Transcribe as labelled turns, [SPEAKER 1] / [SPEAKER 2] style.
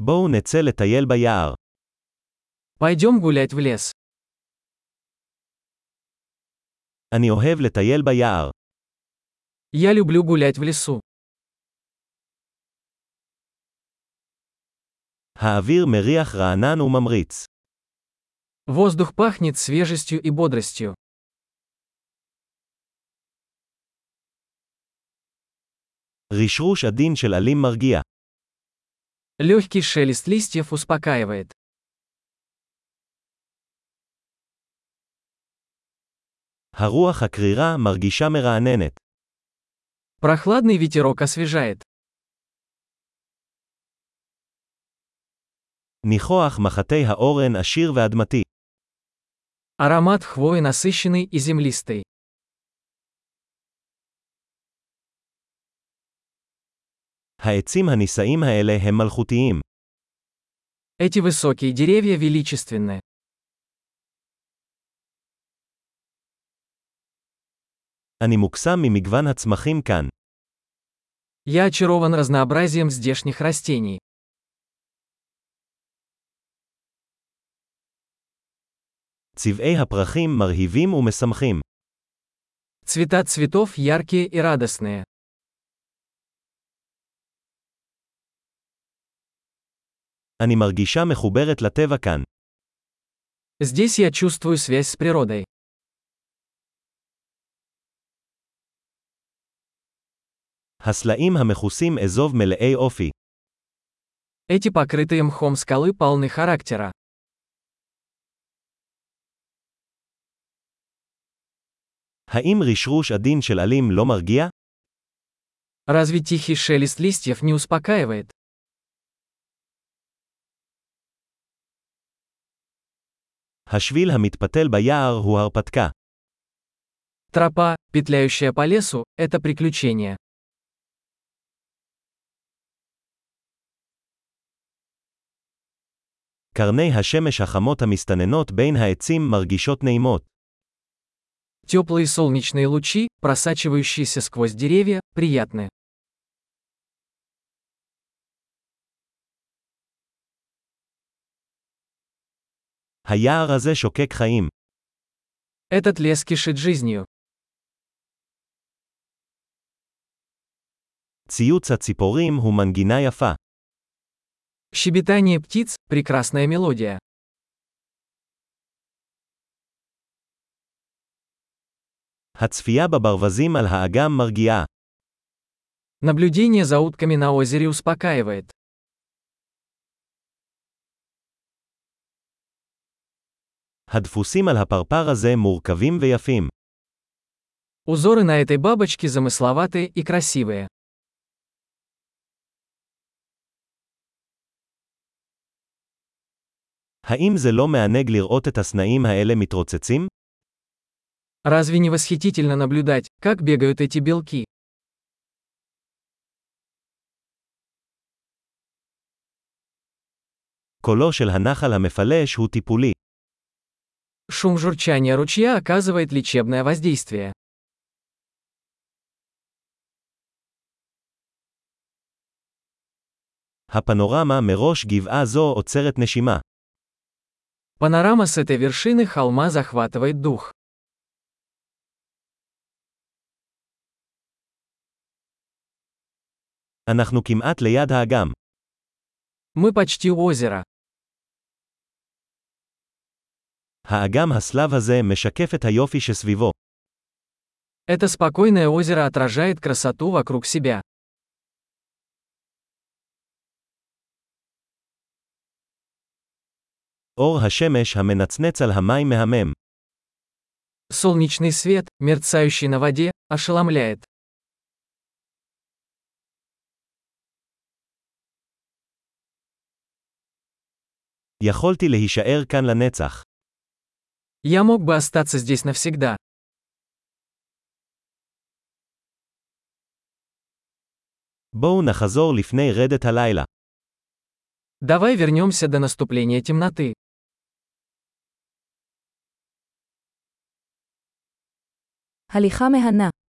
[SPEAKER 1] בואו נצא לטייל ביער.
[SPEAKER 2] Пойдем гулять в лес.
[SPEAKER 1] אני אוהב לטייל ביער.
[SPEAKER 2] Я люблю гулять в лесу.
[SPEAKER 1] האוויר מריח רענן וממריץ.
[SPEAKER 2] Воздух пахнет свежестью и бодростью.
[SPEAKER 1] רשרוש עדין של עלים מרגיע.
[SPEAKER 2] Легкий шелест листьев успокаивает.
[SPEAKER 1] הרוח הקרירה מרגישה מרעננת.
[SPEAKER 2] Прохладный ветерок освежает.
[SPEAKER 1] ניחוח מחטי האורן עשיר ואדמתי.
[SPEAKER 2] Аромат хвои насыщенный и землистый.
[SPEAKER 1] העצים הנישאים האלה הם מלכותיים.
[SPEAKER 2] Эти высокие деревья величественны.
[SPEAKER 1] אני מוקסם ממגוון הצמחים כאן.
[SPEAKER 2] Я очарован разнообразием здешних растений.
[SPEAKER 1] צבעי הפרחים מרהיבים ומשמחים.
[SPEAKER 2] Цвета цветов яркие и радостные.
[SPEAKER 1] אני מרגישה מחוברת לטבע כאן.
[SPEAKER 2] Здесь я чувствую связь с природой.
[SPEAKER 1] הסלעים המכוסים אזוב מלאי אופי.
[SPEAKER 2] Эти покрытые мхом скалы полны характера.
[SPEAKER 1] האם רשרוש עדין של עלים לא מרגיע?
[SPEAKER 2] Разве тихий шелест листьев не успокаивает?
[SPEAKER 1] השביל המתפתל ביער הוא הרפתקה.
[SPEAKER 2] Тропа, петляющая по лесу, это приключение.
[SPEAKER 1] קרני השמש החמות המסתננות בין העצים מרגישות נעימות.
[SPEAKER 2] Теплые солнечные лучи, просачивающиеся сквозь деревья, приятны.
[SPEAKER 1] היער הזה שוקק חיים.
[SPEAKER 2] Этот лес кишит жизнью.
[SPEAKER 1] ציוץ הציפורים הוא מנגינה יפה.
[SPEAKER 2] Щебетание птиц – прекрасная мелодия.
[SPEAKER 1] הצפייה בברווזים על האגם מרגיעה.
[SPEAKER 2] Наблюдение за утками на озере успокаивает.
[SPEAKER 1] הדפוסים על הפרפר הזה מורכבים ויפים.
[SPEAKER 2] Узоры на этой бабочке замысловатые и красивые.
[SPEAKER 1] האם זה לא מענג לראות את הסנאים האלה מתרוצצים?
[SPEAKER 2] Разве не восхитительно наблюдать, как бегают эти белки?
[SPEAKER 1] קולו של הנחל המפלש הוא טיפולי.
[SPEAKER 2] Шум журчания ручья оказывает лечебное воздействие.
[SPEAKER 1] הפנורמה מראש גבעה זו עוצרת נשימה.
[SPEAKER 2] Панорама с этой вершины холма захватывает дух.
[SPEAKER 1] אנחנו כמעט ליד האגם.
[SPEAKER 2] Мы почти у озера.
[SPEAKER 1] האגם הסלב הזה משקף את היופי שסביבו.
[SPEAKER 2] Это спокойное озеро отражает красоту вокруг себя.
[SPEAKER 1] אור השמש המנצנץ על המים מהמם.
[SPEAKER 2] Солнечный свет, мерцающий на воде, ошеломляет.
[SPEAKER 1] יכולתי להישאר כאן לנצח.
[SPEAKER 2] Я мог бы остаться здесь навсегда.
[SPEAKER 1] בואו נחזור לפני רדת הלילה.
[SPEAKER 2] Давай вернемся до наступления темноты.
[SPEAKER 3] הליכה מהנה